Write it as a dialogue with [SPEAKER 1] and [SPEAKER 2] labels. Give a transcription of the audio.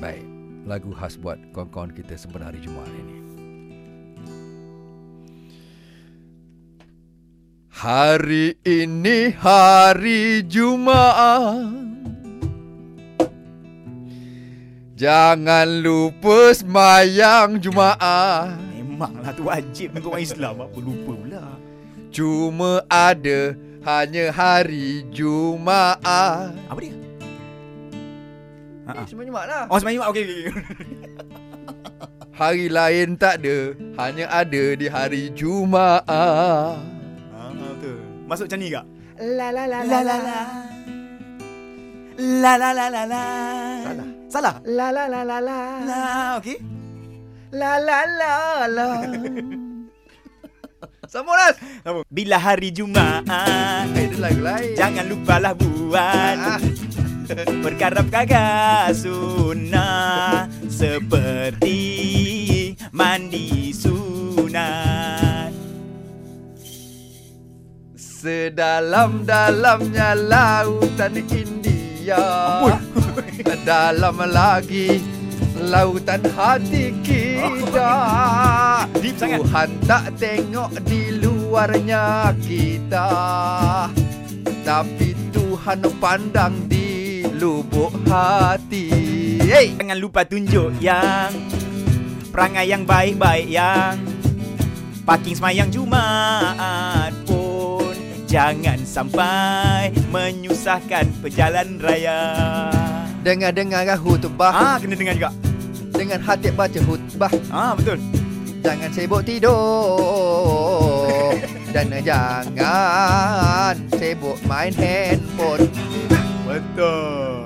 [SPEAKER 1] Baik, lagu khas buat kawan-kawan kita sempena hari Jumaat ini. Hari ini hari Jumaat Jangan lupa semayang Jumaat
[SPEAKER 2] Memanglah tu wajib untuk orang Islam Apa lupa pula
[SPEAKER 1] Cuma ada hanya hari Jumaat
[SPEAKER 2] Apa dia? Ha-ha.
[SPEAKER 1] Semua Jumaat lah
[SPEAKER 2] Oh semayang Okey okey okey.
[SPEAKER 1] Hari lain tak ada Hanya ada di hari Jumaat
[SPEAKER 2] Ha ha, betul Masuk macam ni
[SPEAKER 1] Ah,
[SPEAKER 2] kak?
[SPEAKER 1] La la la
[SPEAKER 2] La la la La la la la la
[SPEAKER 1] Salah. La
[SPEAKER 2] Salah?
[SPEAKER 1] la la la la
[SPEAKER 2] La okey
[SPEAKER 1] La la la la Sambung Nas
[SPEAKER 2] Sambung. Bila hari Jumaat
[SPEAKER 1] Eh, ada lagu lain Ah,
[SPEAKER 2] Jangan lupalah buat Perkara perkara sunnah Seperti mandi sunat
[SPEAKER 1] Sedalam-dalamnya lautan India Dalam lagi lautan hati kita
[SPEAKER 2] Deep sangat.
[SPEAKER 1] Tuhan tak tengok di luarnya kita Tapi Tuhan pandang di lubuk hati Hey!
[SPEAKER 2] Jangan lupa tunjuk yang Perangai yang baik-baik yang Parking semayang Jumaat pun Jangan sampai menyusahkan pejalan raya
[SPEAKER 1] Dengar-dengar khutbah
[SPEAKER 2] Ah, kena dengar juga
[SPEAKER 1] Dengan hati baca khutbah
[SPEAKER 2] Ah, betul
[SPEAKER 1] Jangan sibuk tidur Dan jangan sibuk main handphone
[SPEAKER 2] Betul